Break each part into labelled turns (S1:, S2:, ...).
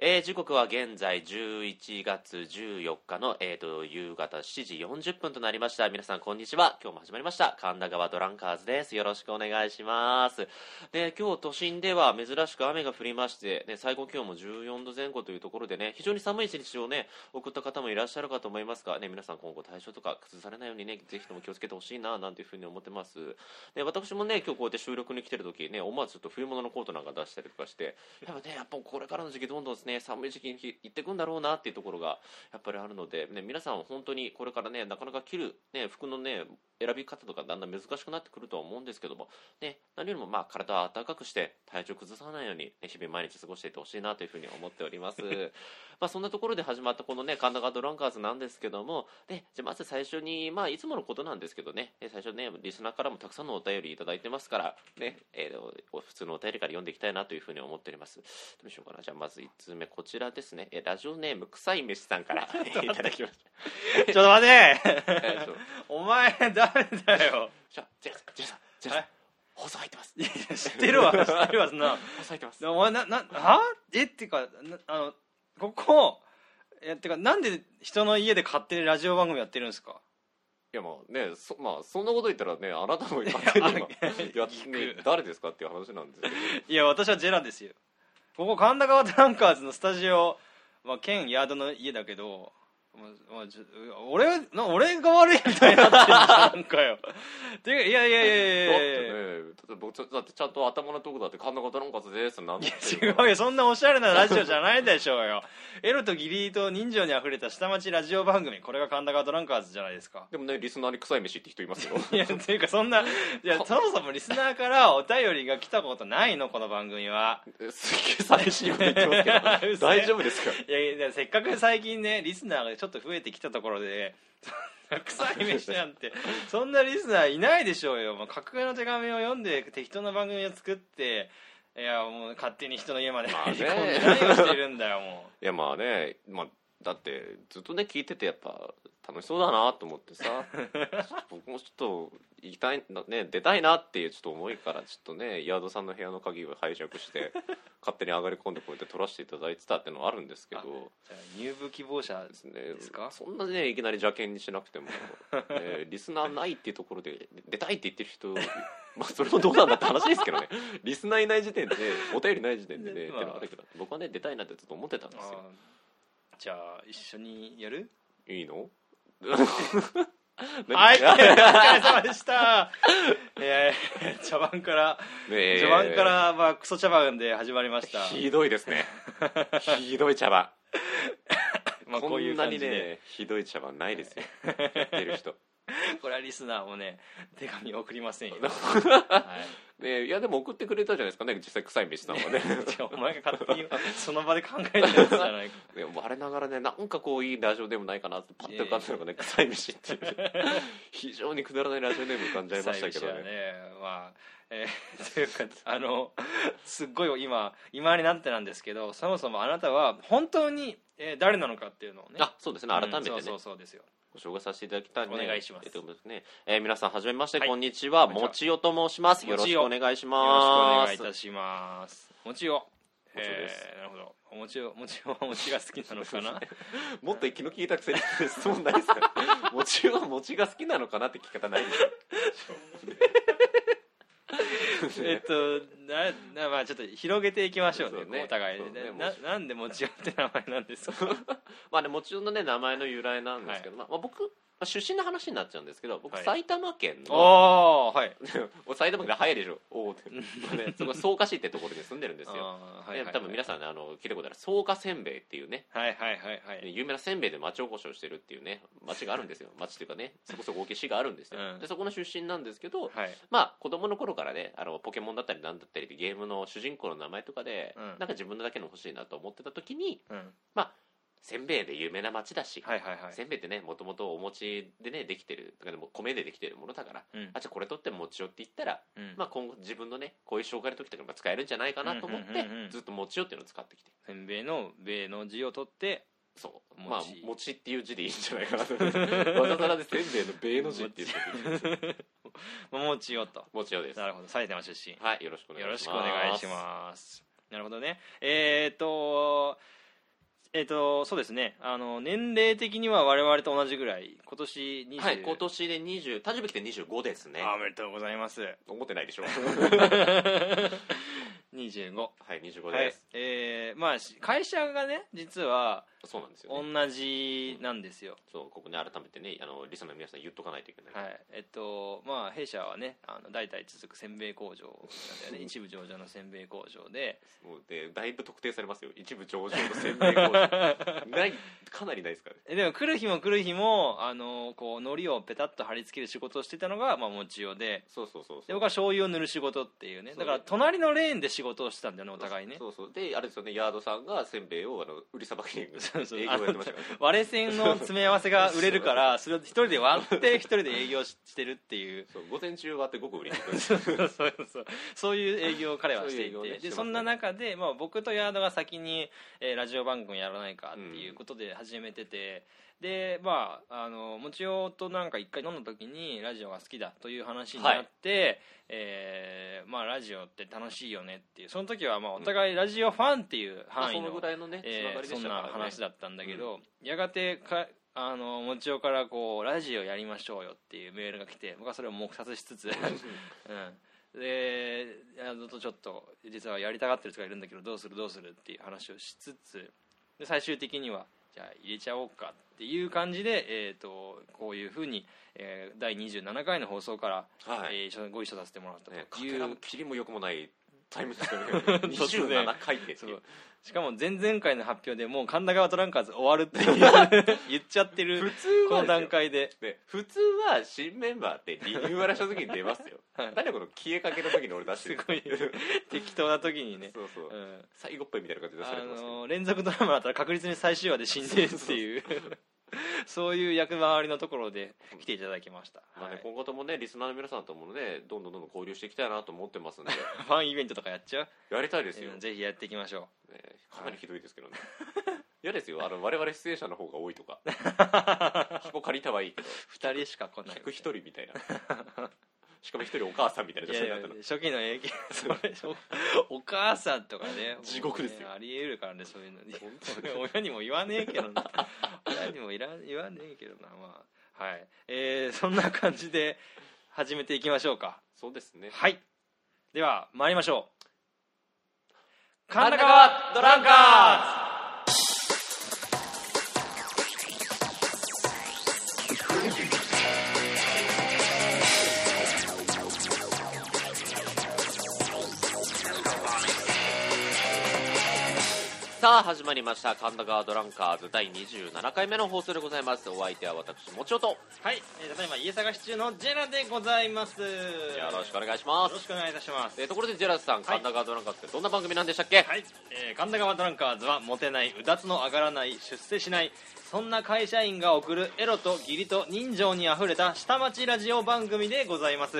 S1: えー時刻は現在11月14日の、えー、と夕方7時40分となりました皆さんこんにちは今日も始まりました神田川ドランカーズですよろしくお願いしますで今日都心では珍しく雨が降りまして、ね、最高気温も14度前後というところでね非常に寒い一日をね送った方もいらっしゃるかと思いますが、ね、皆さん今後対象とか崩されないようにねぜひとも気をつけてほしいななんていうふうに思ってますで私もね今日こうやって収録に来てる時ね思わずちょっと冬物のコートなんか出したりとかしてやっぱねやっぱこれからの時期どんどんですね寒い時期に行ってくんだろうなっていうところがやっぱりあるので、ね、皆さん本当にこれからねなかなか着る、ね、服のね選び方とかだんだん難しくなってくるとは思うんですけども、ね、何よりもまあ体を暖かくして体調崩さないように、ね、日々毎日過ごしていってほしいなというふうに思っておりますまあそんなところで始まったこのね神田川ドランカーズなんですけども、ね、じゃあまず最初に、まあ、いつものことなんですけどねね最初ねリスナーからもたくさんのお便りいただいてますから、ねえーお普通のお便りから読んでいきたいなというふうに思っておりますどうしようかなじゃあまず1通目こちらですねえラジオネーム臭い飯さんから いただきまし
S2: ちょっと待
S1: た、
S2: て
S1: えーと
S2: お前誰だよ
S1: じゃあジェラさんジェラさんジェラさん
S2: え
S1: 放送入ってます
S2: 知って るわ知ってるわそんな
S1: 放送入ってます
S2: でお前ななはえっていうかなあのここえってかなんで人の家で勝手にラジオ番組やってるんですか
S1: いやまあねそ,、まあ、そんなこと言ったらねあなたも勝手に今
S2: い
S1: やってね誰ですかっていう話なんですけど
S2: いや私はジェラですよここ神田川トランカーズのスタジオ、まあ、兼ヤードの家だけど、まあまあ、じゅ俺な俺が悪いみたいになってるじゃんなんか よていうかいやいやいやい
S1: だっ
S2: やいや
S1: てねだって僕ちょだってちゃんと頭のとこだって神田方の数ですなん
S2: い
S1: て
S2: や
S1: って
S2: 違うよそんなおしゃれなラジオじゃないでしょうよエロと義理と人情にあふれた下町ラジオ番組これが神田川トランカーズじゃないですか
S1: でもねリスナーに臭い飯って人いますよ
S2: いやというかそんないやそもそもリスナーからお便りが来たことないのこの番組は
S1: えすげえ寂しいこと言ってますけ
S2: う
S1: ど
S2: そ
S1: 大丈夫ですか
S2: いやいやせっかく最近ねリスナーがちょっと増えてきたところでそんな臭い飯なんてそんなリスナーいないでしょうよ、まあ、架空の手紙を読んで適当な番組を作っていやもう勝手に人の家まで
S1: まあ
S2: 入
S1: ね
S2: り込んで何をしてるんだよも
S1: いやまあね、まあ、だってずっとね聞いててやっぱ楽しそうだなと思ってさ僕もちょっと行きたいな、ね、出たいなっていうちょっと思いからちょっとねヤードさんの部屋の鍵を拝借して勝手に上がり込んでこうやって取らせていただいてたってのはあるんですけど
S2: あうじゃあ入部希望者
S1: ですね
S2: ですか
S1: そんなねいきなり邪険にしなく ても、ね、リスナーないっていうところで出たいって言ってる人 まあそれもどうなんだって話ですけどねリスナーいない時点でお便りない時点でね、ってのはあるけど僕はね出たいなってずっと思ってたんですよ
S2: あーじゃあ一緒にやる
S1: いい の
S2: はい お
S1: 何
S2: 疲れ様でした いやいや茶番から
S1: ねえ
S2: 序盤から、まあ、クソ茶番で始まりました、
S1: ひどいですねひどい茶番
S2: まあ、こういう
S1: こんな
S2: 感
S1: に
S2: じで、
S1: ねひどい茶番ない ですよやってる人
S2: これはリスナーもね手紙送りま せんよ、はい、
S1: ねえいやでも送ってくれたじゃないですかね実際臭い飯さんはね
S2: じゃあお前が勝手にその場で考えたやつじゃ ないか
S1: ね我ながらねなんかこういいラジオでもないかなってパッと浮かんだのがね「臭い飯」っていう 非常にくだらないラジオネーム浮かんじゃいましたけど
S2: 最初は
S1: ね
S2: まあえ ーというかあのすっごい今今になってなんですけどそもそもあなたは本当に、えー誰なのかっていうのをね
S1: あそうですね改めてね、
S2: うんそうそうそうですよ
S1: ご紹介させていただきたいので
S2: お願いします
S1: えっとですね、えー皆さんはじめまして、
S2: はい
S1: こんにちは
S2: こんにち
S1: も
S2: は
S1: ちよと申しますよろしくお願いし
S2: よろしくお
S1: ま
S2: 願い
S1: す
S2: いたしますもちよ
S1: もちよです
S2: えーなるほどおもちよもちよは もちが好きなのかな
S1: もっと気の利いたくせに質問ないですか もちは餅が好きなのかなって聞き方ないです
S2: えっ
S1: よ
S2: とななまあちょっと広げていきましょうね
S1: そうね
S2: こうお互い
S1: そうね
S2: で、ななんでもちよって名前なんです か
S1: まあねもちろんのね名前の由来なんですけど、まあまあ僕まあ出身の話になっちゃうんですけど僕、
S2: はい
S1: 埼玉県
S2: お
S1: の
S2: おはい
S1: 埼玉県で早いでしょ おおって、まあね、そこ草加市ってところに住んでるんですよ、
S2: あーはいはいは
S1: で
S2: い
S1: 多分皆さんねあの聞いたことある草加せんべいっていうね
S2: はいはいはいはい
S1: 有名なせんべいで町おこしをしてるっていうね町があるんです よ町というかねそこそこ大きい市があるんですよ、
S2: うん
S1: でそこの出身なんですけど、
S2: はい
S1: まあ子供の頃からねあのポケモンだったりなんだったりでゲームの主人公の名前とかで、
S2: うん
S1: なんか自分のだけの欲しいなと思ってた時に
S2: うん
S1: せんべいで有名な町だし、
S2: はいはいはい
S1: せんべいってねもともとお餅でねできてるだからでも米でできてるものだから
S2: うん
S1: あじゃあこれ取って餅をって言ったら、
S2: うん
S1: まあ、今後自分のねこういう障害の時とかにも使えるんじゃないかなと思って、
S2: うんうんうんうん
S1: ずっと餅をっていうのを使ってきて
S2: せんべいの「べ」の字を取って
S1: そう
S2: 餅
S1: まあ餅っていう字でいいんじゃないかなと思って わざわざでせんべいの「米」の字って言ってる
S2: 「 もちよ」と
S1: 餅をです
S2: なるほど埼玉出身
S1: はいよろしくお願
S2: よろ
S1: い
S2: し
S1: します
S2: くお願いしますなるほどねえー、っとえっ、とそうですねあの年齢的には我々と同じぐらい今年20、
S1: はい、今年で20誕生日って25ですね
S2: あおめでとうございます
S1: 思ってない でしょ
S2: 25
S1: はい25
S2: はい
S1: です、
S2: えーまあし会社がね実は
S1: そうなんですよ、
S2: 同
S1: ね、
S2: じなんですよ、
S1: そうここに改めてねあのリスナーの皆さん言っとかないといけない、
S2: はいえっとまあ弊社はねあの代々続くせんべい工場なんだ よね一部上場のせんべい工場で
S1: もうでだいぶ特定されますよ一部上場の宣明工場 ないかなりないですからね
S2: えでも来る日も来る日もあのこう海苔をペタッと貼り付ける仕事をしてたのが、まあ、もちおで
S1: そうそうそう
S2: で
S1: そう
S2: 僕は醤油を塗る仕事っていうね
S1: そう
S2: だから隣のレーンで仕事をしてたんだよねお
S1: お
S2: 互いね
S1: そうそうであれですよねヤードさんがせんべいをあの売りさばきに営
S2: そうそう
S1: 業やってましたから
S2: あの割れ線の詰め合わせが売れ るからそれを一人で割って一人で営業ししてるっていう
S1: そう午前中終わって午後売りに行くんです
S2: そうそうそうそういう営業を彼はしていて
S1: そういう営業ねしてま
S2: で
S1: すね
S2: そんな中で、まあ、僕とヤードが先に、えーラジオ番組やらないかっていうことで始めてて、でまああのもちおとなんか一回飲んだ時にラジオが好きだという話になって、えーまあ、ラジオって楽しいよねっていうその時はまあお互いラジオファンっていう範囲
S1: そ
S2: の、
S1: のぐらいのねつな
S2: え
S1: が
S2: ー
S1: りで
S2: そ
S1: し
S2: ん
S1: た
S2: な
S1: から、ね
S2: 話だったんだけど、やがてかあのもちおからこう「ラジオやりましょうよ」っていうメールが来て僕はそれを黙殺しつつ、うん、であのとちょっと実はやりたがってる人がいるんだけどどうするどうするっていう話をしつつで最終的にはじゃあ入れちゃおうかっていう感じで、えー、とこういうふうに、えー、第27回の放送から、
S1: はい
S2: えー一緒にご一緒させてもらったと
S1: ね、か
S2: い
S1: け
S2: う
S1: らもきりもよくもないタイムですよね 27回ってって
S2: そ
S1: いうう
S2: しかも前々回の発表でもう神田川トランカーズ終わるっていう 言っちゃってる
S1: 普通はですよ
S2: この段階で
S1: で普通は新メンバーってリニューアルした時に出ますよ
S2: はい
S1: 誰この消えかけの時に俺出して
S2: す
S1: る
S2: ごい適当な時にね、
S1: そうそう、
S2: うん
S1: 最後っぽいみたいな感じで出され
S2: あ
S1: てますけど、
S2: の連続ドラマだったら確実に最終話で死んでるっていう そういう役回りのところで来ていただきました、
S1: まあね
S2: はい
S1: 今後ともねリスナーの皆さんともねどんどんどんどん交流していきたいなと思ってますんで
S2: ファンイベントとかやっちゃう、
S1: やりたいですよ、
S2: うんぜひやっていきましょう
S1: ねかなりひどいですけどね嫌ですよあの我々出演者の方が多いと か箱借りたはいいけど
S2: 2人しか来ない
S1: 客一人みたいなしかも一人お母さんみたいな女
S2: い
S1: 性
S2: やい
S1: だ
S2: や
S1: ったの
S2: 初期の影響 それおお母さんとか ね
S1: 地獄ですよ
S2: もうねありえるからねそういうのに
S1: 本
S2: 親にも言わねえけどな親にもいらん言わねえけどなまあはいえー、そんな感じで始めていきましょうか
S1: そうですね
S2: はいでは参りましょう
S1: 神田
S2: 神田
S1: 川
S2: 川
S1: ド
S2: ド
S1: ラ
S2: ラ
S1: ン
S2: ン
S1: カ
S2: カ
S1: さあ始まりました神田川ドランカーズ第27回目の放送でございますお相手は私もちおとよ
S2: ーはい、えー、ただいま家探し中のジェラでございますよ
S1: ろしくお
S2: よ
S1: 願いしま
S2: ろし
S1: す
S2: くお願いいたします
S1: えーところでジェラスさん神田川ドランカーズってどんな番組なんでしたっけ、
S2: はい、えー神田川ドランカーズはモテないうだつの上がらない出世しないそんな会社員が送るエロと義理と人情にあふれた下町ラジオ番組でございます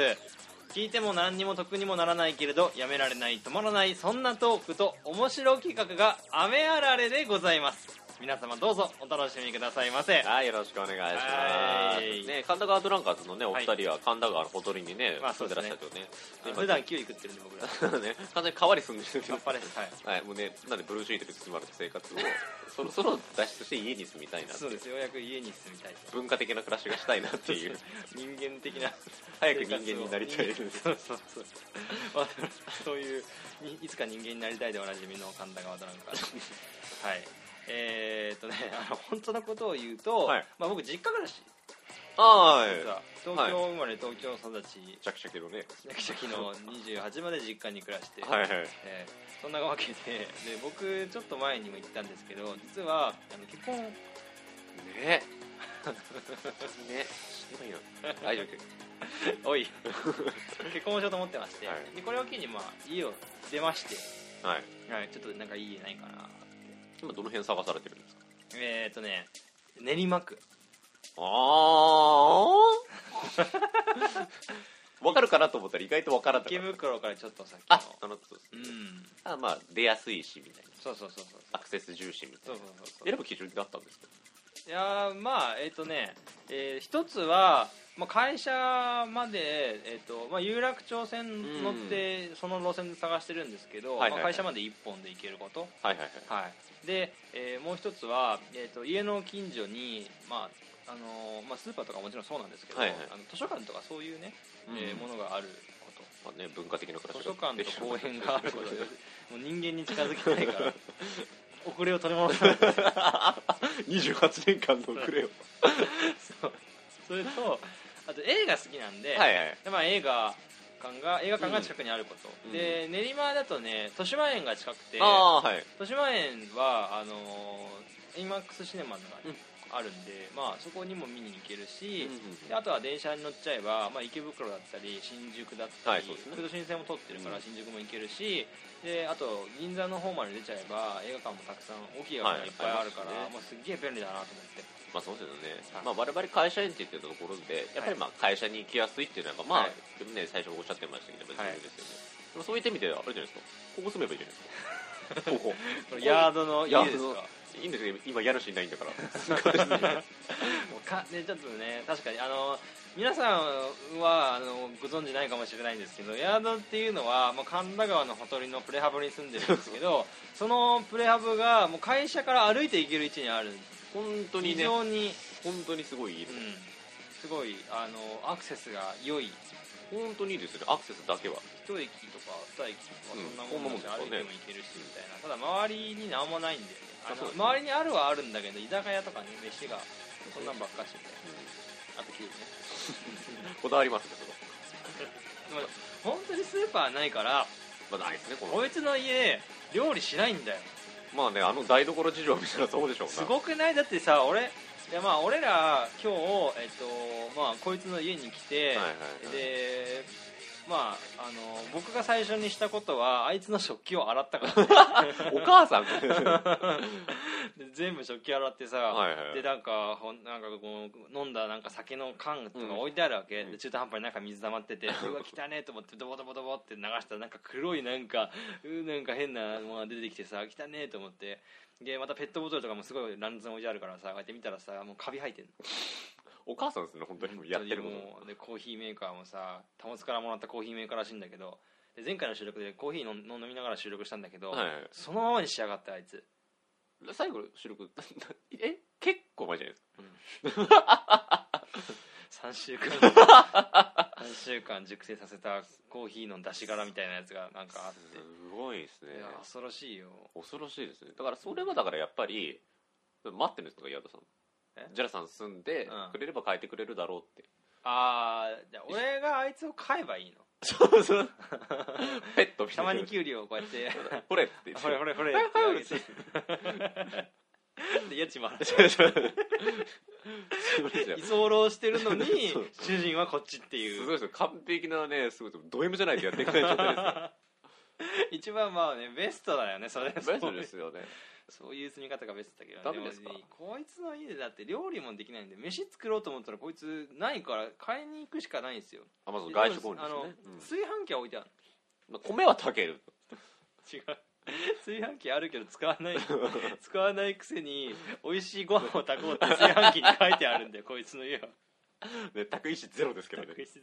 S2: 聞いても何にも得にもならないけれどやめられない止まらないそんなトークと面白企画が雨あられでございます皆様どうぞお楽しみくださいませ
S1: はい、よろしくお願いしま
S2: は
S1: す。
S2: い
S1: ね、神田川ドランカーズのね、お二人
S2: は
S1: は神田川のほとりにね、
S2: まあ
S1: 住んでらっしゃるとね。
S2: あの
S1: 今
S2: 普段キウイ食ってるんで 僕ら
S1: ね、完全に川に住んでるけ
S2: カ
S1: ど
S2: ッ。パですはい
S1: はい、もうね、なんでブルーシートで包まれた生 活を、そろそろ脱出して家に住みたいなって
S2: そう
S1: いう。
S2: ですようやく家に住みたい
S1: 文化的な暮らしがしたいなっていう。
S2: 人間的な
S1: 早く人間になりたい
S2: そうそうそう、まあ、そういうにいつか人間になりたいでおなじみの神田川ドランカーですはいえー、っとねあの本当のことを言うと、
S1: はい
S2: まあ、僕実家暮らし
S1: は
S2: 実は東京生まれ東京育ち
S1: い。シャキシャキのね。
S2: シャキシャキの28まで実家に暮らして、
S1: はいはい。
S2: えーそんなわけでで僕ちょっと前にも言ったんですけど実はあの結 婚
S1: ね。ね。してないよ。大丈夫。
S2: おい 結婚をしようと思ってまして、
S1: はい
S2: でこれを機に、まあ、家を出まして
S1: はい。
S2: はい、ちょっとなんかいい家ないかな
S1: 今どの辺探されてるんですか
S2: えー、っとね練馬区
S1: ああ。わかるかなと思ったら意外とわからなか
S2: 池
S1: った。
S2: 袋からちょっと先
S1: あ
S2: の、
S1: あの、そう
S2: うん
S1: あまあ、出やすいしみたいな。
S2: そうそうそうそう
S1: アクセス重視みた
S2: そ
S1: いうな。
S2: そうそうそう
S1: 選ぶ基準ってあったんですか
S2: いやーまあえーっ、とね、えー一つはまあ、会社まで、えっとまあ、有楽町線乗ってその路線で探してるんですけ
S1: は
S2: ど、
S1: いはいはい
S2: まあ、会社まで1本で行けること、
S1: はいはいはい
S2: はい、で、えーもう一つは、えー、と家の近所に、まああのーまあ、スーパーとかもちろんそうなんですけど、
S1: はいはい
S2: あの図書館とかそういうね、えー
S1: うん
S2: ものがあること
S1: まあね、文化的な暮ら
S2: 図
S1: し
S2: 書
S1: が
S2: 館
S1: で
S2: と
S1: きる
S2: 公園があることでもう人間に近づきたい から遅れを取り戻さないと
S1: 28年間の遅れを
S2: そうそれとあと映画好きなんで、
S1: はいはい
S2: でまあ、映画館が映画館が近くにあること、
S1: うん
S2: で練馬だとね豊島園が近くて
S1: ああーはい
S2: 豊島園はあのー、IMAX シネマのが
S1: うん
S2: あるんで、まあ、そこにも見に行けるし
S1: うんうんうん、
S2: であとは電車に乗っちゃえば、まあ、池袋だったり新宿だった
S1: はい
S2: り、
S1: そうですね
S2: 都新線も通ってるか
S1: う
S2: ら
S1: ん
S2: 新宿も行けるし、であと銀座の方まで出ちゃえば映画館もたくさん大きい映画館がいっぱいあるから、
S1: はいあり
S2: もうすっげえ便利だなと思 って
S1: まあそうですよね、
S2: はい
S1: まあ、我々会社員って言ってるところでやっぱりまあ会社に行きやすいっていうのは、まあ
S2: はい
S1: ね、最初おっしゃってましたけど、
S2: はい
S1: 重要ですよねでもそういった意味ではあれじゃないですかここ住めばいいじゃないです かここ
S2: これヤードの家
S1: ヤードの
S2: ですか
S1: いいんですけど今やるしいないんだ から
S2: もうかねちょっとね確かにあの皆さんはあのご存知ないかもしれないんですけどヤードっていうのは、まあ、神田川のほとりのプレハブに住んでるんです けどそのプレハブがもう会社から歩いて行ける位置にある
S1: 本当に
S2: 非
S1: ね
S2: 常に、
S1: 本当にすごいいいで
S2: う
S1: す、
S2: ん、すごいあのアクセスが良い
S1: 本当にいいですよねアクセスだけは
S2: 一駅とか二駅とかそんなもんだし、
S1: うんこ
S2: 歩い
S1: んなもんですよね
S2: ても行けるしみたいなただ周りに何もないんだよねあの
S1: あそうですね
S2: 周りにあるはあるんだけど居酒屋とかね飯がこんなんばっかしみたいなあとキューブね
S1: こだわりますね
S2: まあ本当にスーパーないから
S1: そのまあないですねこの
S2: こいつの家料理しないんだよ
S1: まあねあの台所事情見たらそうでしょうな
S2: すごくないだってさ俺いやまあ俺ら今日、えっとまあ、こいつの家に来て、
S1: はいはいはい
S2: でまああの僕が最初にしたことはあいつの食器を洗ったからね、
S1: お母さん は
S2: で全部食器洗ってさ、
S1: はいはい
S2: でなんかほんなんかこう飲んだなんか酒の缶とか置いてあるわけ、
S1: うん
S2: で中途半端になんか水溜まっ てて、うわ汚ねえと思ってドボドボドボって流したらなんか黒いなんかうーなんか変なものが出てきてさ汚ねえと思ってでまたペットボトルとかもすごい乱雑に置いてあるからさこうやって見たらさもうカビ生えてんの
S1: お母さんですね本当にもうやってること
S2: もうでコーヒーメーカーもさ保つからもらったコーヒーメーカーらしいんだけどで前回の収録でコーヒーの飲みながら収録したんだけど、
S1: はいはい
S2: そのままに仕上がってあいつ
S1: 最後の収録 え結構前じゃないですか
S2: 3週間三週間熟成させたコーヒーの出し殻みたいなやつがなんかあって
S1: すごいですね
S2: いや恐ろしいよ
S1: 恐ろしいですねだからそれはだからやっぱり待ってるんですか矢田さん
S2: え
S1: ジャラさん住んで
S2: うん
S1: くれれば変えてくれるだろうって、
S2: ああじゃあ俺があいつを飼えばいいの
S1: そうそうペットみた
S2: た
S1: い
S2: ま
S1: な
S2: にキュウリをこうやって
S1: これって言って
S2: ほれほれほ れ
S1: はいはい
S2: ってあげてで家賃も払って
S1: そうそう すごいですよ
S2: 居候してるのに
S1: そう
S2: 主人はこっちってい
S1: す
S2: う
S1: ごいですよ完璧なねすごいですド M じゃないとやっていかない状態ですよ
S2: 一番まあねベストだよねそれ
S1: 大丈夫ですよね
S2: そういう住み方がベストだけど
S1: ダメですか
S2: もねこいつの家でだって料理もできないんで飯作ろうと思ったらこいつないから買いに行くしかないんですよ
S1: あまず外食多いです
S2: あの
S1: ね、うん
S2: 炊飯器は置いてある
S1: まあ米は炊ける
S2: 違う炊飯器あるけど使わ ない使わないくせに美味しいご飯を炊こうって炊飯器に書いてあるんだよこいつの家は
S1: ね炊く意思ゼロですけどね
S2: 確実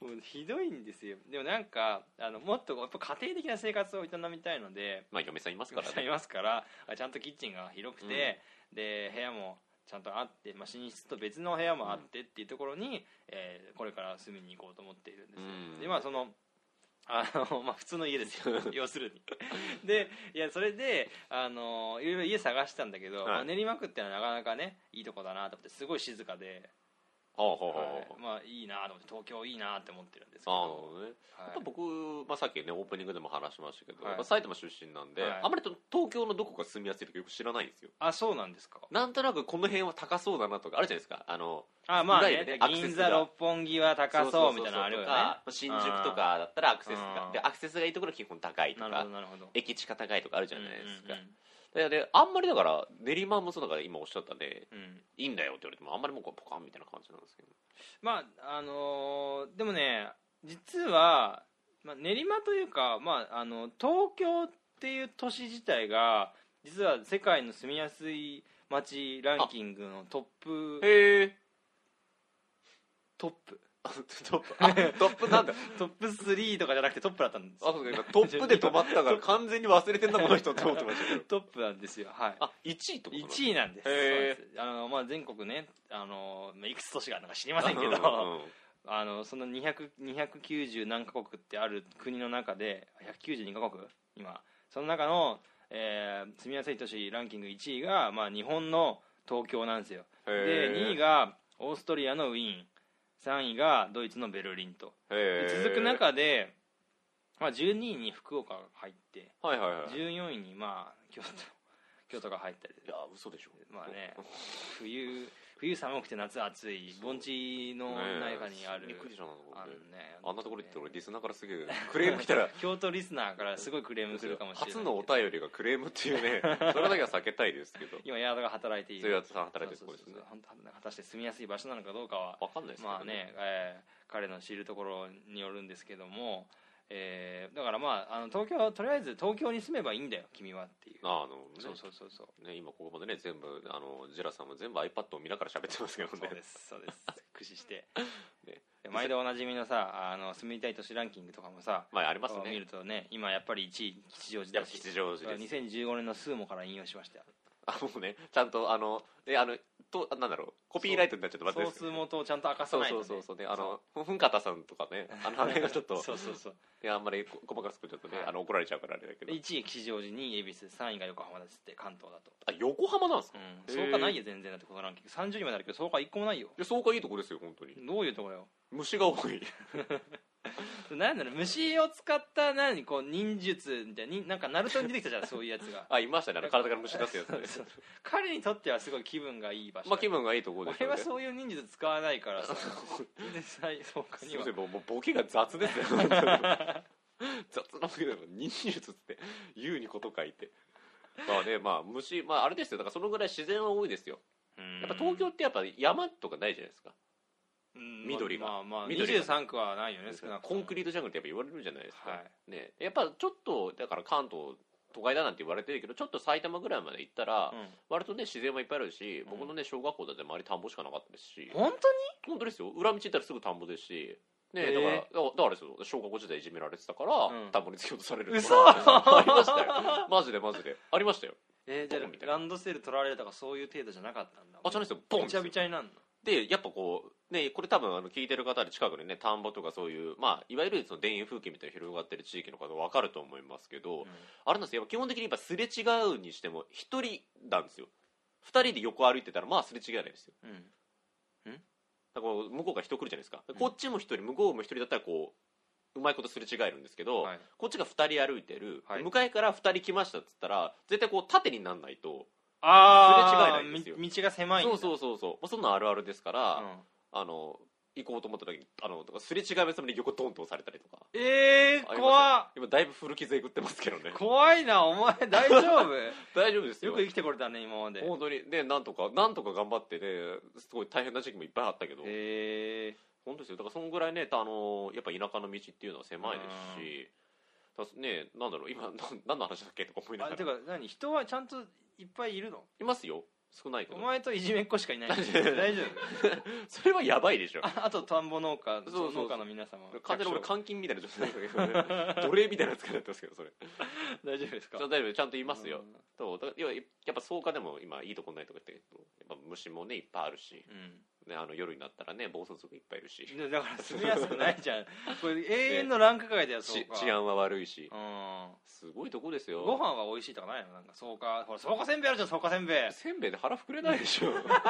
S2: もうひどいんですよでもなんかあのもっとやっぱ家庭的な生活を営みたいので
S1: まあ嫁さんいます
S2: た
S1: か
S2: く
S1: ら
S2: さんい
S1: ね
S2: ますからあちゃんとキッチンが広くて、で部屋もちゃんとあって、まあ、寝室と別の部屋もあってっていうところに、えーこれから住みに行こうと思っているんですよ、
S1: うん
S2: でまあそのあのまあ、普通の家です よ要するにでいやそれであのいろいろ家探したんだけ
S1: は
S2: ど、
S1: い
S2: まあ練馬区ってのはなかなかねいいとこだなと思ってすごい静かで、
S1: ほうほうほう
S2: はい
S1: ほう
S2: まあ、いいなと思って東京いいなって思ってるんですけ
S1: あ
S2: ど、
S1: あなるほどね
S2: はい
S1: やっぱ僕、まあ、さっきねオープニングでも話しましたけど、
S2: はい
S1: やっぱ埼玉出身なんで、
S2: はい
S1: あまりと東京のどこが住みやすいとかよく知らないんですよ
S2: あそうなんですか
S1: なんとなくこの辺は高そうだなとかあるじゃないですかあの
S2: あまあ
S1: いわゆ
S2: ね
S1: るねアクセスが
S2: 銀座六本木は高そうみたいなのあるよ
S1: と
S2: ね
S1: か新宿とかだったらアクセスが
S2: うん
S1: でアクセスがいいところは基本高いと
S2: なるほ
S1: か
S2: どなるほど
S1: 駅地下高いとかあるじゃないですか、
S2: うん
S1: でであんまりだから練馬もそうだから今おっしゃったね
S2: うんうんうん
S1: いいんだよって言われてもあんまりもうこうポカンみたいな感じなんですけど
S2: まああのーでもね実は、まあ、練馬というか、まあ、あの東京っていう都市自体が実は世界の住みやすい街ランキングのトップ
S1: へえ
S2: トップ
S1: トップ あトップなん だ
S2: トップ3とかじゃなくてトップだったんです
S1: あそうか今トップで止まったから 完全に忘れてんだこの人って思ってましたけど
S2: トップなんですよはい
S1: あ1位ってことなの
S2: 1位なんです
S1: へー
S2: そうなんですあの、まあ、全国ねあのまあいくつ都市があるのか知りません けど、
S1: うんうん
S2: あのその200 290何カ国ってある国の中で192カ国今その中の、えー住みやすい都市ランキング1位が、まあ、日本の東京なんですよで
S1: へー
S2: 2位がオーストリアのウィーン3位がドイツのベルリンとで
S1: へー
S2: 続く中で、まあ、12位に福岡が入って
S1: はいはいはいい
S2: 14位に、まあ、京都 京都が入ったり
S1: や嘘でしょ
S2: まあね冬冬寒くて夏暑い盆地の中にある、
S1: びっくりしたなと思
S2: あ
S1: っ
S2: る
S1: て
S2: ね
S1: あんなところ行って俺リスナーからすげえクレーム来たら
S2: 京都リスナーからすごいクレームするかもしれない
S1: 初のお便りがクレームっていう ねそれだけは避けたいですけど
S2: 今ヤードが働いている
S1: そういうやつさん働いてるとこですね
S2: そうそうそうほんと果たして住みやすい場所なのかどうかは
S1: わかんないですけど
S2: まあね、えー彼の知るところによるんですけども、えーだからまああの東京とりあえず東京に住めばいいんだよ君はっていう
S1: ああのね
S2: そうそうそうそう
S1: ね今ここまでね全部あのジェラさんも全部 iPad を見ながら喋ってますけど
S2: そう
S1: ね
S2: ですそうです 駆使して、
S1: ね
S2: 毎度おなじみのさあの住みたい都市ランキングとかもさ、
S1: まあありますね
S2: 見るとね今やっぱり1位吉祥
S1: や
S2: 寺
S1: っ
S2: だ
S1: ぱ
S2: し
S1: 吉祥寺です
S2: 2015年のスーモから引用しましたよ
S1: あもうねちゃんとあのえあのとなんだろうコピーライトになっちゃってまた
S2: ソース元をちゃんと明かさ
S1: そう
S2: ないと、
S1: そ
S2: ね、
S1: うそうそうねあのふふんかたさんとかねあの辺がちょっと
S2: そうそうそう
S1: いやあんまりこ細かくちょっとね、
S2: はい
S1: あの怒られちゃうからあれだけど
S2: 1位吉祥寺2位恵比寿3位が横浜ですって関東だと
S1: あ横浜なんですか、
S2: うん
S1: へー
S2: そうかないよ全然だってこのランキング30位まであるけどそうか1個もないよ
S1: でそうかいいとこですよ本当に
S2: どういうところよ
S1: 虫が多い
S2: 何だろう虫を使った何こう忍術みたいなになんかナルトに出てき たじゃんそういうやつが
S1: あいましたねあの体から虫出すやつ ね
S2: そう彼にとってはすごい気分がいい場所
S1: まあ気分がいいところです
S2: 俺
S1: よね
S2: はそういう忍術使わないか らさ全然最そうか
S1: す
S2: に
S1: いま
S2: は
S1: せんもうもうボケが雑です よ本当に雑なボケだから忍術って言うにこと書いてまあねまあ虫まああれですよだからそのぐらい自然は多いですよやっぱ東京ってやっぱ山とかないじゃないですか
S2: うん
S1: 緑が
S2: まあまあ、まあ、
S1: 緑が
S2: 23区はないよね少なくと
S1: コ
S2: も
S1: ンクリートジャングルってやっぱ言われるじゃないですか、
S2: は
S1: ね、やっぱちょっとだから関東都会だなんて言われてるけどちょっと埼玉ぐらいまで行ったら、
S2: うん
S1: 割とね自然もいっぱいあるし
S2: うん
S1: 僕のね小学校だって周り田んぼしかなかったですし、
S2: 本
S1: 本当ですよ裏道行ったらすぐ田んぼですしね
S2: へー
S1: だからだからだからですよ小学校時代いじめられてたから、
S2: うん
S1: 田んぼに突き落とされる
S2: 嘘
S1: ありまし たよマジでマジでありましたよ
S2: えー、じゃ
S1: ボンみた
S2: あ
S1: いな
S2: ランドセル取られるとかそういう程度じゃなかったんだ
S1: あじゃないですよボン
S2: びちゃびちゃになるの
S1: でやっぱこうねこれ多分あの聞いてる方で近くにね田んぼとかそういうまあいわゆるその田園風景みたいなの広がってる地域の方分かると思いますけど、あれなんですよやっぱ基本的にやっぱすれ違うにしても一人なんですよ二人で横歩いてたらまあすれ違いないですよ
S2: うん、
S1: だからこう向こうが人来るじゃないですか、
S2: ん
S1: こっちも一人向こうも一人だったらこううまいことすれ違えるんですけど、
S2: はい
S1: こっちが二人歩いてる、
S2: はい
S1: 向かいから二人来ましたっつったら絶対こう縦になんないと、
S2: あ
S1: すれ違いないんですよ
S2: み道が狭いんだ
S1: そうそうそうそう、まあ、そんなんあるあるですから、
S2: うん
S1: あの行こうと思った時にあのとかすれ違いのために横ドンと押されたりとか
S2: え
S1: あ
S2: ー、
S1: りま
S2: 怖
S1: すよ今だいぶ古傷えぐってますけどね
S2: 怖いなお前大丈 夫
S1: 大丈夫ですよ
S2: よく生きてこれたね今まで
S1: 本当にねなんとかなんとか頑張ってねすごい大変な時期もいっぱいあったけど
S2: え
S1: 本当ですよだからそのぐらいねあのやっぱ田舎の道っていうのは狭いですしだからねなんだろう今なん何の話だっけとか思いな
S2: ー、
S1: が
S2: あて
S1: ら
S2: か何人はちゃんといっぱいいるの
S1: いますよ少ないけ
S2: お
S1: ど
S2: 前といじめっ子しかいない大
S1: 丈夫
S2: 丈夫
S1: それはやばいでしょ
S2: ああと田んぼ農家
S1: そうそうそう
S2: 農家の皆様
S1: 完全に俺
S2: 百
S1: 監禁みたいな状態だけどね奴隷みたいな扱いだったんですけどそれ
S2: 姓 大丈夫ですか
S1: ちゃんと大丈夫ちゃんと言いますよ
S2: うん
S1: そうだから要はやっぱ草加でも今いいとこないとか言ってやっぱ虫もねいっぱいあるし、ね、あの夜になったらね暴走族いっぱいいるし
S2: うん、で だから住みやすくない じゃんこれ永遠のランク外だよそう
S1: ち
S2: か
S1: 治安は悪いし
S2: うん
S1: すごいとこですよ
S2: ご飯は美味しいとかないのなんかそうかほらそうかせんべいあるじゃんそうかせんべい
S1: せんべいで腹膨れないで しょな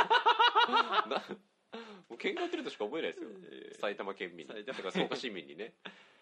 S1: もう喧嘩売ってるとしか思えないですよ
S2: え
S1: 埼玉県民に
S2: 埼
S1: だ
S2: 玉
S1: から草加市民にね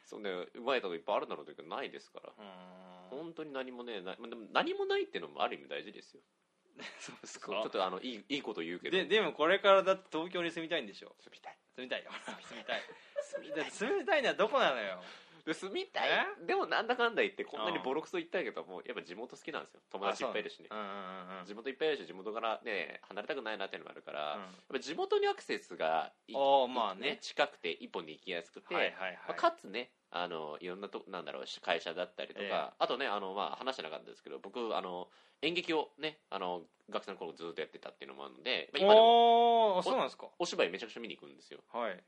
S1: そんなうまいとこいっぱいあるんだろうけどないですから
S2: うーん
S1: 本当に何もねなまあでも何もないっていうのもある意味大事ですよ
S2: そうです
S1: ちょっとあのいいいいこと言うけど
S2: ででもこれからだって東京に住みたいんでしょ
S1: 住みたい
S2: 住みたいよ 住みたい住みたい住みたいのはどこなのよ
S1: で住みたいでもなんだかんだ言ってこんなにボロクソ言ったけどもやっぱ地元好きなんですよ友達いっぱいいるしね
S2: うんうんうんうん
S1: 地元いっぱいいるし地元からね離れたくないなっていうのもあるから、やっ
S2: あ
S1: ぱ地元にアクセスがい
S2: あまあね
S1: 近くて一歩に行きやすくて、
S2: はいはいはい
S1: まあかつねあのいろんなとなんだろう会社だったりとか、
S2: ええ
S1: あとねあの、まあ、話してなかったですけど僕あの演劇をねあの学生の頃ずっとやってたっていうのもあるので、まあ今でも
S2: おおそうなんですか
S1: お芝居めちゃくちゃ見に行くんですよ
S2: はい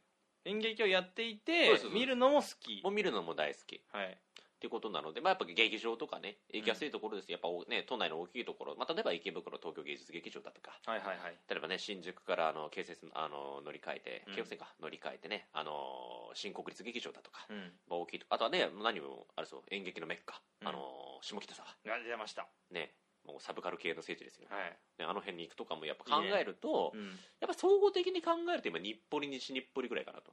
S2: 演劇をやってい
S1: そうで
S2: て
S1: すそうです
S2: 見るのも好き
S1: もう見るのも大好きっ
S2: はい
S1: ていうことなので、まあ、やっぱ劇場とかね行きやすいところです、やっぱおね都内の大きいところ、まあ、例えば池袋東京芸術劇場だとか
S2: はいはいはい
S1: 例えばね新宿からあの京成線あの乗り換えて
S2: うん
S1: 京王線か乗り換えてねあの新国立劇場だとか、
S2: うん
S1: まあ大きいとあとはね何もあれそう演劇のメッカ、
S2: うん
S1: あの下北沢
S2: 感じました
S1: ねもうサブカル系の聖地ですよね,、
S2: はい
S1: ねあの辺に行くとかもやっぱ考えると
S2: うん
S1: やっぱ総合的に考えると今日暮里西日暮里ぐらいかなと、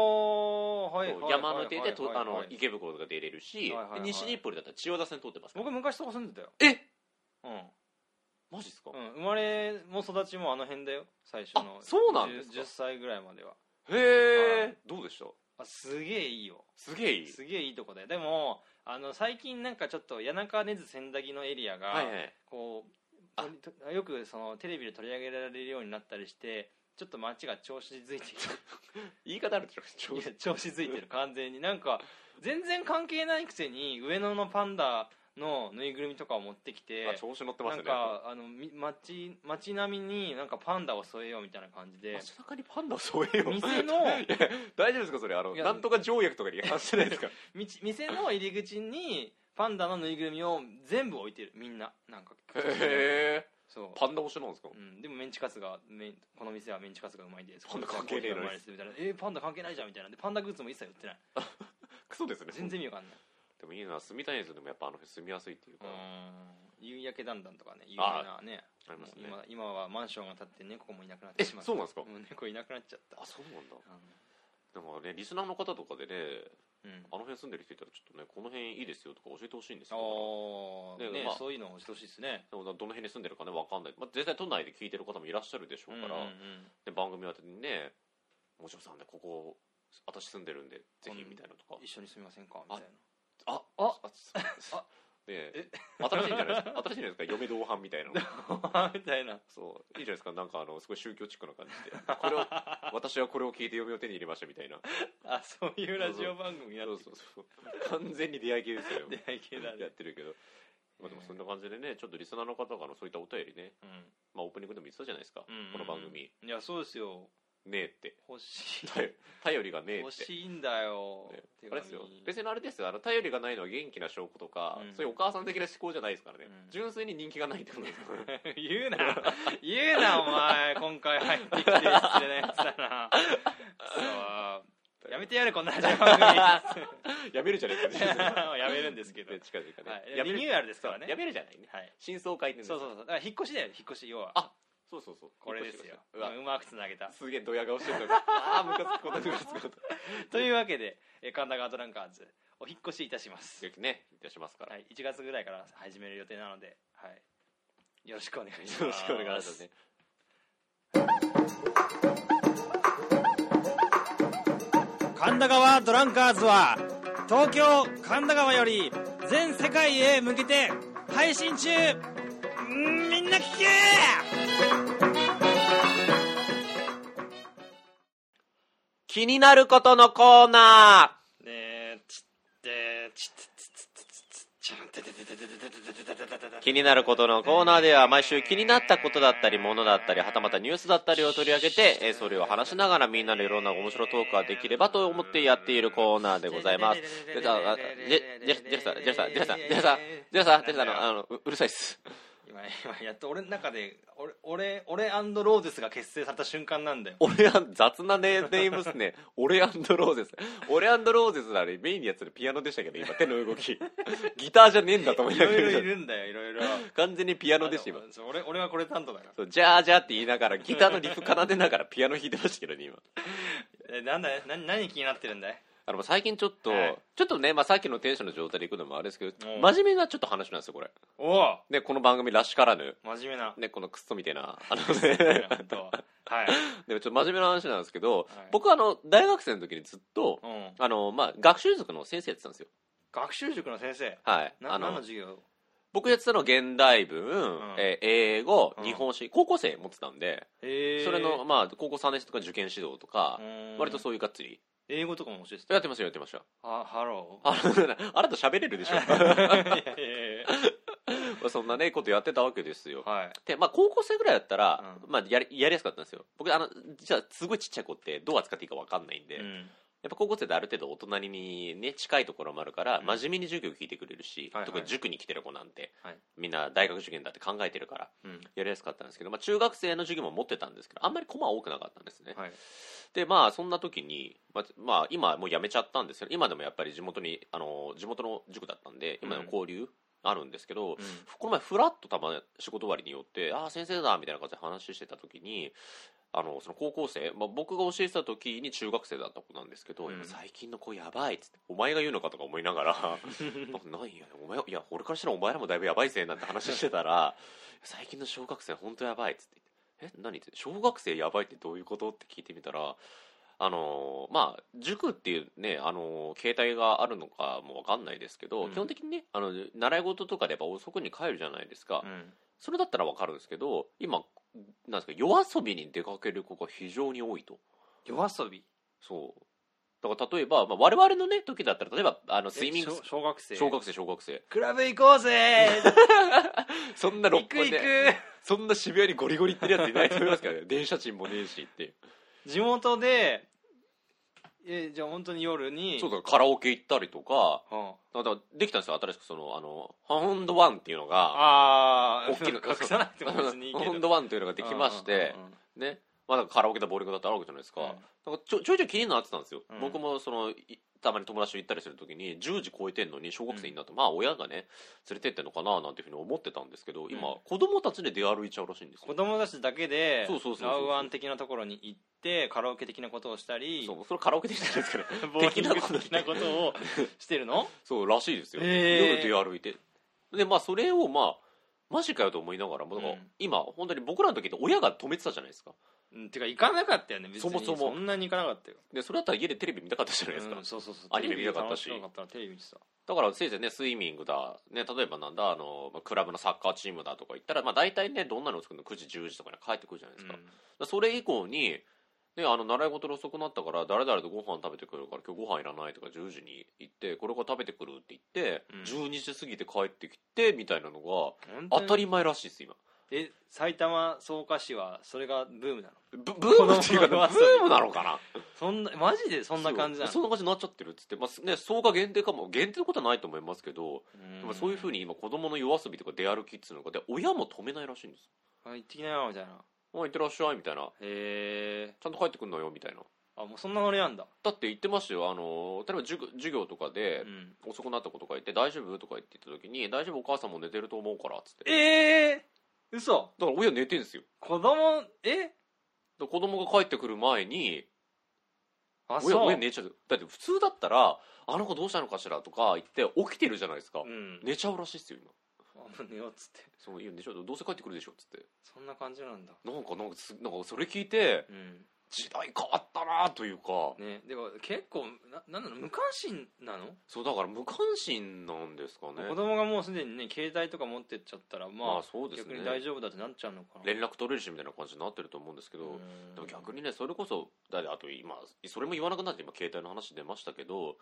S2: おーはい
S1: そう
S2: はい
S1: 山
S2: はい
S1: の手でと
S2: はいはい
S1: あの
S2: はい
S1: 池袋が出れるし、
S2: はいはいはい
S1: で西日暮里だったら千代田線通ってますから
S2: 僕昔そこ住んでたよ
S1: え
S2: うん
S1: マジですか、
S2: うん、生まれも育ちもあの辺だよ最初の
S1: あそうなんですか
S2: 10, 10歳ぐらいまでは
S1: へ
S2: は
S1: えどうでした
S2: あすげえいいよ
S1: すげえいい
S2: すげえいいとこででもあの最近なんかちょっと谷中根津千駄木のエリアが、
S1: はいはい
S2: こ
S1: あ
S2: うよくそのテレビで取り上げられるようになったりしてちょっと街が調子づい てきて
S1: 言い方あるでしょ
S2: いや調子づいてる完全になんか全然関係ないくせに上野のパンダのぬいぐるみとかを持ってきて
S1: あ調子乗ってますよ
S2: な
S1: ね
S2: んかあのみ街街並みになんかパンダを添えようみたいな感じで
S1: 街中にパンダを添えよう
S2: 店 の
S1: いや大丈夫ですかそれあの
S2: いや
S1: なんとか条約とかに違反してないですか
S2: みち店の入り口にパンダのぬいぐるみを全部置いてるみんななんか
S1: へえ
S2: そう
S1: パンダ推しなんですか
S2: うん、でもメンチカツがメンこの店はメンチカツがうまいです
S1: パンダ関係ねえのに
S2: この店はコーヒーがうまいですみたいなえーパンダ関係ないじゃんみたいなんでパンダグッズも一切売ってない
S1: クソですね
S2: 全然意味わかんない
S1: でもいいな住みたいんですよでもやっぱあの辺住みやすいっていうか
S2: 夕焼けだんだんとかね有名なね
S1: ありますね
S2: 今今はマンションが建って猫もいなくなっ
S1: え
S2: てしまった
S1: そうなんですか
S2: もう猫いなくなっちゃった
S1: あそうなんだ
S2: う
S1: でもねリスナーの方とかでね
S2: ん、うん
S1: あの辺住んでる人いたらちょっとねこの辺いいですよとか教えてほしいんですよ
S2: ああ、
S1: ね
S2: ね
S1: まあ
S2: そういうのをしてほしいですね
S1: でもどの辺に住んでるかねわかんない、まあ、絶対都内で聞いてる方もいらっしゃるでしょうから、
S2: うんうんうん
S1: で番組はねもちろんさんねここ私住んでるんでぜひみたいなとか
S2: 一緒に住みませんかみたいな
S1: あ
S2: あ
S1: ああねえ新しいんじゃないです か新しいんじゃないですか嫁同伴みたいな
S2: みたいな
S1: そういいじゃないですかなんかあのすごい宗教チックな感じでこれを私はこれを聞いて嫁を手に入れましたみたいな
S2: あそういうラジオ番組や
S1: そ
S2: ろ
S1: うそうそう完全に出会い系ですよ
S2: 出会い系だ
S1: や
S2: ね
S1: っ、てるけどまあでもそんな感じでねちょっとリスナーの方からのそういったお便りね、
S2: う
S1: まあ、オープニングでも言ってたじゃないですか、
S2: んうんうん
S1: この番組
S2: いやそうですよ
S1: ねえって
S2: 欲しい
S1: 頼頼りがねえ
S2: 欲
S1: って
S2: しいんだよ、
S1: ね
S2: 手
S1: あれ
S2: 紙
S1: ですよ別にあれですよあの頼りがないのは元気な証拠とか、
S2: うん
S1: そういうお母さん的な思考じゃないですからね、
S2: うん
S1: 純粋に人気がないってことです よね
S2: 言うな言うなお前今回入ってきて失礼なやつだなそうやめてやるこんなラジオ番組
S1: やめるじゃないですか、ね、
S2: やめるんですけど、
S1: ね近々ね、
S2: はい、
S1: や
S2: リ
S1: め
S2: ニ
S1: る
S2: ューアルですからね
S1: やめるじゃないね
S2: はい、
S1: 真相回転です
S2: そうそうそうだから引っ越しだよ引っ越し要は
S1: あそうそうそう
S2: これですよう
S1: うわ
S2: まくつなげた
S1: すげえドヤ顔してるのがああムカつくことムカつくこと
S2: というわけでえ神田川ドランカーズお引っ越しいたします、
S1: ねいたしますから、
S2: はい、1月ぐらいから始める予定なので、はい、よろしくお願いします
S1: よろしくお願いしますね
S2: 神田川ドランカーズは東京神田川より全世界へ向けて配信中みんな聞け
S1: 気になることのコーナ
S2: ねえちってちつつつつつちゃんててててててててててて
S1: ー気になることのコーナーでは毎週気になったことだったり物だったりはたまたニュースだったりを取り上げてえーそれを話しながらみんなでいろんな面白いトークができればと思ってやっているコーナーでございますジェルさんあジェジェジェルさんジェルさんジェルさんジェルさんジェルさんジェルさんあのあのううるさいっす
S2: 今今やっと俺の中で俺俺俺ローゼスが結成された瞬間なんだよ
S1: 俺アン雑なネネームっすね俺アンドローゼス俺アンドローゼスのあれメインのやつでピアノでしたけど今手の動きギターじゃねえんだと思い
S2: い
S1: なが
S2: ろいろい
S1: ら
S2: るんだよいろいろ
S1: 完全にピアノでした今
S2: そう俺俺はこれ担当だから
S1: そうジャージャーって言いながらギターのリフ奏でながらピアノ弾いてましたけどね今
S2: えなんだ何何気になってるんだい
S1: あの最近ちょっと、
S2: はい
S1: ちょっとね、まあ、さっきのテンションの状態でいくのもあれですけど
S2: うん
S1: 真面目なちょっと話なんですよこれ
S2: おお
S1: でこの番組らしからぬ
S2: 真 面目な
S1: ね、このクソみたいなあの ね
S2: 本当ははい
S1: でもちょっと真面目な話なんですけど、
S2: はい
S1: 僕あの大学生の時にずっと、
S2: うん
S1: あのまあ、学習塾の先生やってたんですよ
S2: 学習塾の先生
S1: はい
S2: な
S1: あ
S2: 何の
S1: の
S2: 授業
S1: 僕やってたのは現代文、
S2: ん
S1: えー英語
S2: うん
S1: 日本史高校生持ってたんで、
S2: え
S1: それの、まあ、高校3年生とか受験指導とか、割とそういうがっつり
S2: 英語とかも教えてた
S1: やってましたよやってました
S2: あハロー
S1: あのあなた喋れるでしょ
S2: いやいやいや
S1: まあそんなねことやってたわけです よ
S2: はい
S1: でまあ高校生ぐらいだったら、
S2: う
S1: まあ、やりやりやすかったんですよ僕あのじゃあすごいちっちゃい子ってどう扱っていいか分かんないんで、
S2: う
S1: やっ
S2: ん
S1: ぱ高校生である程度大人にね近いところもあるから、
S2: うん
S1: 真面目に授業聞いてくれるし、
S2: はいはい
S1: 特に塾に来てる子なんて、
S2: はい
S1: みんな大学受験だって考えてるから
S2: うん
S1: やりやすかったんですけど、まあ、中学生の授業も持ってたんですけどあんまり駒は多くなかったんですね、
S2: はい
S1: でまあそんな時に、まあまあ、今はもう辞めちゃったんですけど今でもやっぱり地元にあの地元の塾だったんで今でも交流あるんですけど、
S2: うん
S1: この前フラッとたま仕事終わりによって「ああ先生だ」みたいな感じで話してた時にあのその高校生、まあ、僕が教えてた時に中学生だった子なんですけど、
S2: うん
S1: 最近の子やばいっつってお前が言うのかとか思いな がらなんかないよねお前いや俺からしたらお前らもだいぶやばいぜなんて話してたら最近の小学生本当やばいっつってえ何って小学生やばいってどういうことって聞いてみたらあのーまあ塾っていうね、あのー携帯があるのかもわかんないですけど、
S2: うん
S1: 基本的にねあの習い事とかでやっぱ遅くに帰るじゃないですか、
S2: うん
S1: それだったらわかるんですけど今なんですか夜遊びに出かける子が非常に多いと
S2: 夜遊び
S1: そうだから例えば、まあ、我々のね時だったら例えばあの睡眠
S2: え小小学生
S1: 小学生小学生
S2: クラブ行こうぜ
S1: そんな
S2: 行
S1: 六
S2: く
S1: 本
S2: 行
S1: で
S2: く
S1: そんな渋谷にゴリゴリ行ってるやついないと思いますからね 電車賃もねえしって
S2: 地元でえじゃあ本当に夜に
S1: そうだカラオケ行ったりとか
S2: うん
S1: だからできたんですよ新しくそのあのハウンドワンっていうのが
S2: ああ
S1: 大きいの
S2: 隠さなくても別にいいけ
S1: ハ
S2: ど
S1: ウンドワンというのができまして
S2: うんうんうん
S1: ねまあ、だからカラオケだボーリングだってあるわけじゃないですか,、
S2: うん
S1: なんかちょちょいちょい気になってたんですよ、
S2: うん
S1: 僕もそのいたまに友達と行ったりするときに10時超えてんのに小学生になって、まあ親がね連れてってんのかななんていうふうに思ってたんですけど今、
S2: うん
S1: 子供たちで出歩いちゃうらしいんです
S2: 子
S1: よ
S2: 供たちだけで
S1: そうそうそうそう
S2: ラウワン的なところに行ってカラオケ的なことをしたり
S1: そうそれカラオケできたんですけど
S2: ボーリング
S1: 的なこと
S2: 的なことをしてるの
S1: そうらしいですよ、
S2: へー
S1: 夜出歩いてでまあそれをまあマジかよと思いながらもだから
S2: うん
S1: 今本当に僕らの時って親が止めてたじゃないですか
S2: うんてか行かなかったよね別
S1: そ
S2: に
S1: もそも
S2: そんなに行かなかったよ
S1: でそれだったら家でテレビ見たかったじゃないですか、
S2: うんそうそうそう
S1: アニメ見たかったし
S2: テレビで楽かったらテレビ見てた
S1: だからせいぜいねスイミングだ、ね、例えばなんだあの、まあクラブのサッカーチームだとか言ったら、まあ、大体ねどんなの作るの9時10時とかに帰ってくるじゃないですか,、だからそれ以降に、ね、あの習い事で遅くなったから誰々とご飯食べてくるから今日ご飯いらないとか10時に行ってこれから食べてくるって言って、
S2: う
S1: 12時過ぎて帰ってきてみたいなのが
S2: うん
S1: 当た
S2: り
S1: り前らしいです今
S2: え埼玉草加市はそれがブームなの
S1: ブブームっていうか
S2: 子供
S1: ブ
S2: の遊び
S1: ームなのかな
S2: そんなマジでそんな感じな
S1: そうそん
S2: の
S1: な感じになっちゃってるっつって、まあね、相加限定かも限定のことはないと思いますけど、でもそういうふう
S2: に
S1: に今子供の夜遊びとか出歩きっつうのがで親も止めないらしいんです
S2: 行ってきなよみたいな
S1: 「あ行ってらっしゃい」みたいな
S2: へえ
S1: 「ちゃんと帰ってくんのよ」みたいな
S2: あもうそんなノリなんだ
S1: だって言ってましたよあの例えば授授業とかで
S2: うん
S1: 遅くなった子とか言って「大丈夫?」とか言って言った時に「大丈夫お母さんも寝てると思うから」っつって
S2: ええ嘘
S1: だから親寝てんですよ
S2: 子供え
S1: だから子供が帰ってくる前に
S2: あ
S1: 親
S2: そう
S1: 親寝ちゃうだって普通だったら「あの子どうしたのかしら」とか言って起きてるじゃないですか、
S2: うん
S1: 寝ちゃうらしいっすよ今
S2: あもう寝ようっつって
S1: そういや寝ちゃうどうせ帰ってくるでしょっつって
S2: そんな感じなんだ
S1: なんかなんかすなんかそれ聞いて
S2: うん
S1: 時代変わったなというか
S2: ねでも結構ななんなの無関心なの、
S1: そうだから無関心なんですかね
S2: 子供がもうすでにね携帯とか持ってっちゃったらまあ、
S1: まあそうです
S2: 逆
S1: ね
S2: に大丈夫だってなっちゃうのかな
S1: 連絡取れるしみたいな感じになってると思うんですけど、
S2: うん
S1: でも逆にねそれこそだってあと今それも言わなくなって今携帯の話出ましたけど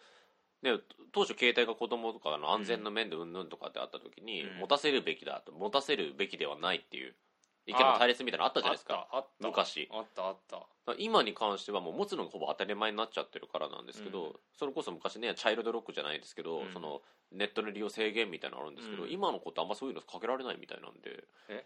S1: ね、当初携帯が子供とかの安全の面でうんぬんとかってあった時に、
S2: うん
S1: 持たせるべきだと持たせるべきではないっていう意見の対立みたいなのあったじゃないですか
S2: あったあった
S1: 昔
S2: あったあった
S1: だから今に関してはもう持つのがほぼ当たり前になっちゃってるからなんですけど、
S2: うん
S1: それこそ昔ねチャイルドロックじゃないですけど、
S2: うん
S1: そのネットの利用制限みたいなのあるんですけど、
S2: うん
S1: 今のことあんまそういうのかけられないみたいなんで
S2: え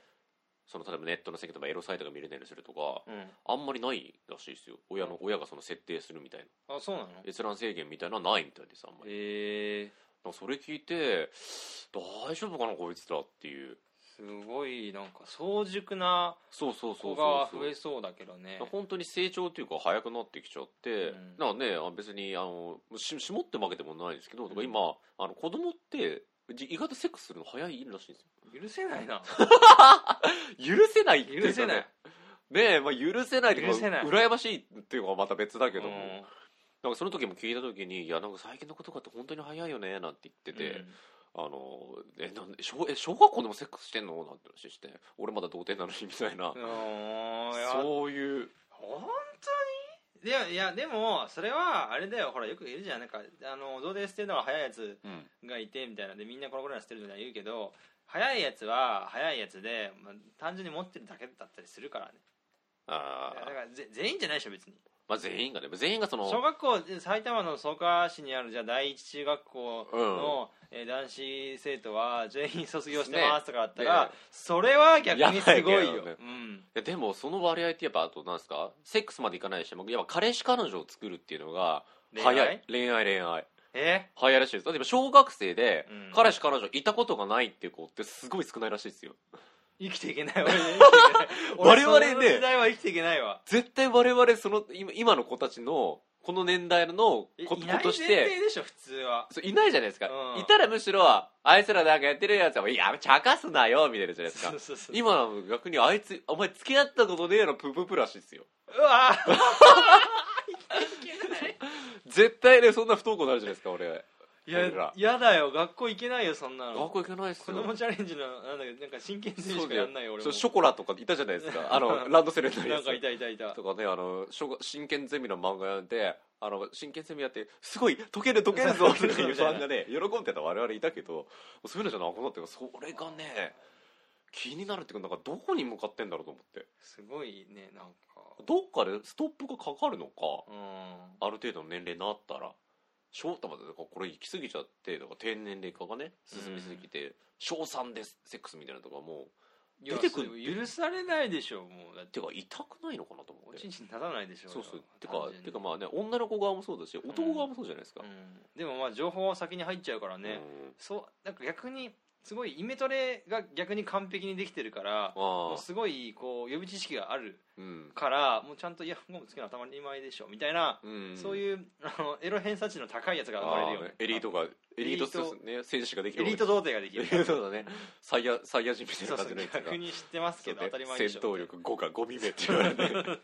S1: その例えばネットの制限とかエロサイトが見れないようにするとか
S2: うん
S1: あんまりないらしいですよ親の親がその設定するみたい
S2: あそうなの
S1: な閲覧制限みたいなのはないみたいですあんまり
S2: ええ
S1: だからそれ聞いて大丈夫かなこいつらっていう
S2: すごいなんか早熟な
S1: そうそうそうそう
S2: 子
S1: そう
S2: が増えそうだけどね
S1: 本当に成長というか早くなってきちゃって、
S2: うん
S1: なんかねあ別にあのし絞って負けてもないんですけど、とか
S2: うん
S1: 今あの子供ってじ意外とセックスするの早いらしいんです
S2: 許せないな
S1: よ許せないっていうかね
S2: 許せない
S1: ねえ、まあ、許せないというか
S2: 許せない
S1: 羨ましいっていうのはまた別だけども、
S2: うん
S1: なんかその時も聞いた時に「いやなんか最近の子とかって本当に早いよね」なんて言ってて、あのえなんで小え小学校でもセックスしてんの?」なんて話して「俺まだ童貞なのに」みたいな、
S2: うんうんいや
S1: そういう
S2: 本当にいやいやでもそれはあれだよほらよくいるじゃんなんかあのどうですっていうのが早いやつ
S1: うん
S2: がいてみたいなでみんなこの頃にはしてるみたいな言うけど早いやつは早いやつで、まあ、単純に持ってるだけだったりするからね
S1: あ
S2: だか
S1: ー
S2: らぜ全員じゃないでしょ別に
S1: まあ全員がね全員がその
S2: 小学校埼玉の草加市にあるじゃあ第一中学校の、えー男子生徒は全員卒業してますとかあったら、
S1: ねね
S2: それは逆にすごい
S1: やばい
S2: よ、
S1: けどね
S2: うん
S1: いやでもその割合ってやっぱあとなんですかセックスまでいかないにしてもやっぱ彼氏彼女を作るっていうのが
S2: 恋愛
S1: 早い恋愛恋愛
S2: え
S1: 早いらしいです例えば小学生で
S2: うん
S1: 彼氏彼女いたことがないっていう子ってすごい少ないらしいですよ
S2: 生きてい けない俺生きていけない
S1: 我
S2: 俺
S1: 々ね
S2: その時代は生きていけないわ
S1: 絶対我々その今今の子たちのこの年代の
S2: い
S1: 子
S2: いない
S1: 子と
S2: 前
S1: し
S2: 提
S1: て
S2: でしょ普通は
S1: そういないじゃないですか、
S2: うん
S1: いたらむしろあいつらなんかやってるやつは「いやちゃかすなよ」みたいなじゃないですか
S2: そうそうそう
S1: 今の逆にあいつお前付き合ったことねえのプープープーらしいですよ
S2: うわー生きていけない
S1: 絶対ねそんな不登校になるじゃないですか俺
S2: い
S1: 俺
S2: や
S1: ら
S2: やだよ学校行けないよそんなの
S1: 学校行けないっす
S2: 子
S1: よ
S2: 供チャレンジのなんだっけなんか真剣選
S1: そ
S2: 手
S1: う
S2: か
S1: だよ
S2: やんないよ俺
S1: そ
S2: も
S1: うショコラとかいたじゃないです かあのランドセルになる
S2: な
S1: や
S2: ん
S1: つ
S2: かいたいたいた
S1: とかねあの小学真剣ゼミの漫画読んであの真剣ゼミやってすごい解ける解けるぞ っていうファンがね喜んでた我々いたけどそういうのじゃなくなってそれがね気になるっていうかなんかどこに向かってんだろうと思って
S2: すごいねなんか
S1: どっかでストップがかかるのか
S2: うん
S1: ある程度の年齢になったら翔太までだからこれ行き過ぎちゃってだから低年齢化がね進みすぎて、小3でセックスみたいなのとかも
S2: いや
S1: 出てくる
S2: それ許されないでしょもうだって
S1: てか痛くないのかなと思
S2: お
S1: って
S2: ちんちん立たないでしょ
S1: そうそうて
S2: 俺は
S1: か
S2: 単純に
S1: てかまあね女の子側もそうだし男側もそうじゃないですか、
S2: うんでもまあ情報は先に入っちゃうからね
S1: うん
S2: そうなんか逆にすごいイメトレが逆に完璧にできてるから
S1: あ
S2: もうすごいこう予備知識がある
S1: あうん、
S2: からもうちゃんといやゴムつけな当たり前でしょみたいな
S1: うん、
S2: そういうあのエロ偏差値の高いやつが生まれるよ
S1: あ
S2: ね
S1: あエリートがエリート
S2: エリート
S1: ね選手ができ
S2: エ
S1: る
S2: リート童貞ができ
S1: エリ
S2: る
S1: ートだねサイヤサイヤ人みたい
S2: そ
S1: な感
S2: うそ
S1: じ
S2: う
S1: のやつが
S2: 逆に知ってますけ
S1: そ
S2: ど
S1: うね
S2: 当たり前でしょ
S1: 戦闘力5か5未目って言われていや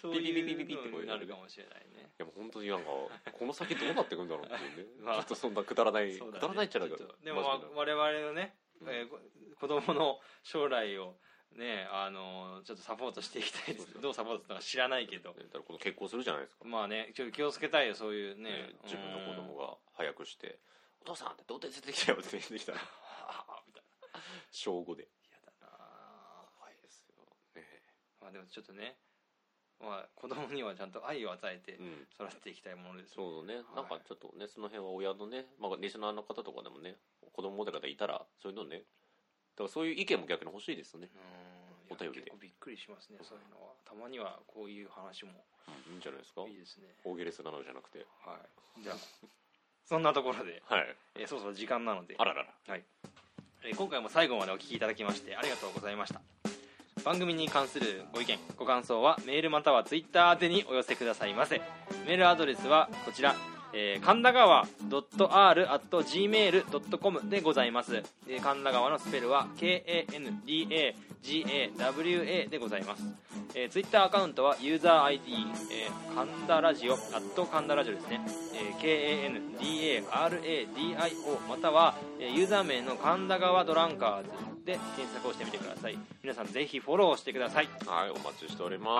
S2: そういう
S1: ビビビビビビってこう
S2: の
S1: いうの
S2: にな
S1: ね
S2: るかもしれないね
S1: もう本当になんかこの先どうなっていくんだろうっていうね、
S2: まあ
S1: ちょっとそんなくだらない、
S2: そう
S1: く
S2: だね
S1: だらないっちゃだけ
S2: ちょ
S1: ど
S2: っとでも、まあ、我々のね、
S1: うん
S2: えーこ子供の将来をねあのーちょっとサポートしていきたいで
S1: そう
S2: す
S1: そう
S2: どうサポートするのか知らないけど
S1: ねだからこの結婚するじゃないですか、
S2: まあねちょっと気をつけたいよそういうね
S1: ね自分の子供
S2: が
S1: が早くして「お父さんって童貞出てきたよ」って出てきたら
S2: みたい
S1: 小5で
S2: な嫌だなあ
S1: 怖いですよね
S2: まあでもちょっとねまあ子供にはちゃんと愛を与えて
S1: うん
S2: 育っていきたいものです、
S1: そうね、なんかちょっとね、その辺は親のね、まあ、リスナーの方とかでもね、子供持ってる方いたら、そういうのね、だからそういう意見も逆に欲しいですよね。
S2: うん
S1: お便りで
S2: いや結構びっくりしますねそういうのはたまにはこういう話も
S1: いいんじゃないですか。
S2: いいですね
S1: 大げれスなのじゃなくて。
S2: はいじゃあそんなところで、
S1: はい。
S2: えーそろそろ時間なので
S1: あららら。
S2: はい、えー今回も最後までお聞きいただきましてありがとうございました番組に関するご意見ご感想はメールまたはツイッター宛てにお寄せくださいませメールアドレスはこちら、えー、神田川 .r.gmail.com でございます、えー神田川のスペルは KANDAGAWA でございます、えー、ツイッターアカウントはユーザー ID、えー、神田ラジオ at 神田ラジオですね、えー KANDARADIO または、えーユーザー名の神田川ドランカーズで検索をしてみてください皆さんぜひフォローしてください
S1: はい、お待ちしておりま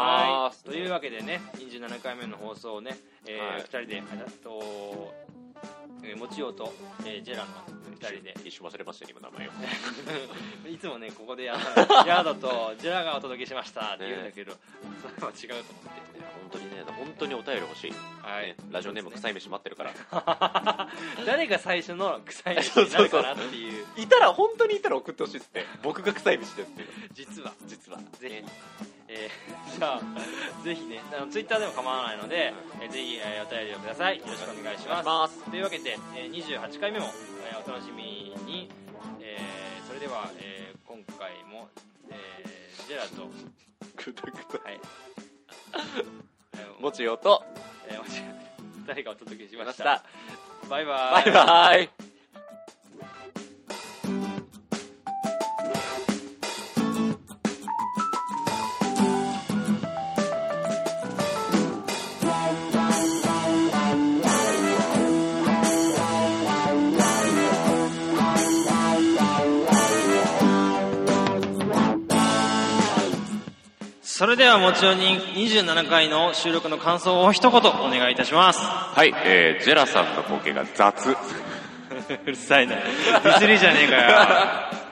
S2: は
S1: す。
S2: いというわけでね27回目の放送をね、えー
S1: はい
S2: 2人でえっと、えー、もちようと、えージェラの2人で
S1: 一瞬忘れま したね、今名前を。
S2: いつもねここであ のジェラードとジェラがお届けしましたって言うんだけど、それは違うと思って
S1: 本当にね、本当にお便り欲しい。
S2: はい、
S1: ねラジオネーム 臭い飯待ってるから。
S2: 誰が最初の臭い飯になるかなっていう
S1: いたら、本当にいたら送ってほしいですね。僕が臭い飯ですけど。
S2: 実は
S1: 実は。
S2: ぜひ、えーじゃあぜひねあのツイッターでも構わないので、えーぜひ、えーお便りをくださいよろしくお願いしま す
S1: ます。
S2: というわけで、えー28回目も、えーお楽しみに、えーそれでは、えー今回も、えージェラと
S1: くだくだ。
S2: はいえー
S1: もちよと。
S2: えー間違えた誰かお届けしま
S1: ま
S2: し
S1: したた。
S2: バイバ
S1: バイバイ。
S2: それではもちろんに27回の収録の感想を一言お願いいたします
S1: はい、えー、ジェラさんのボケが雑。
S2: うるさいなディスりじゃねえかよ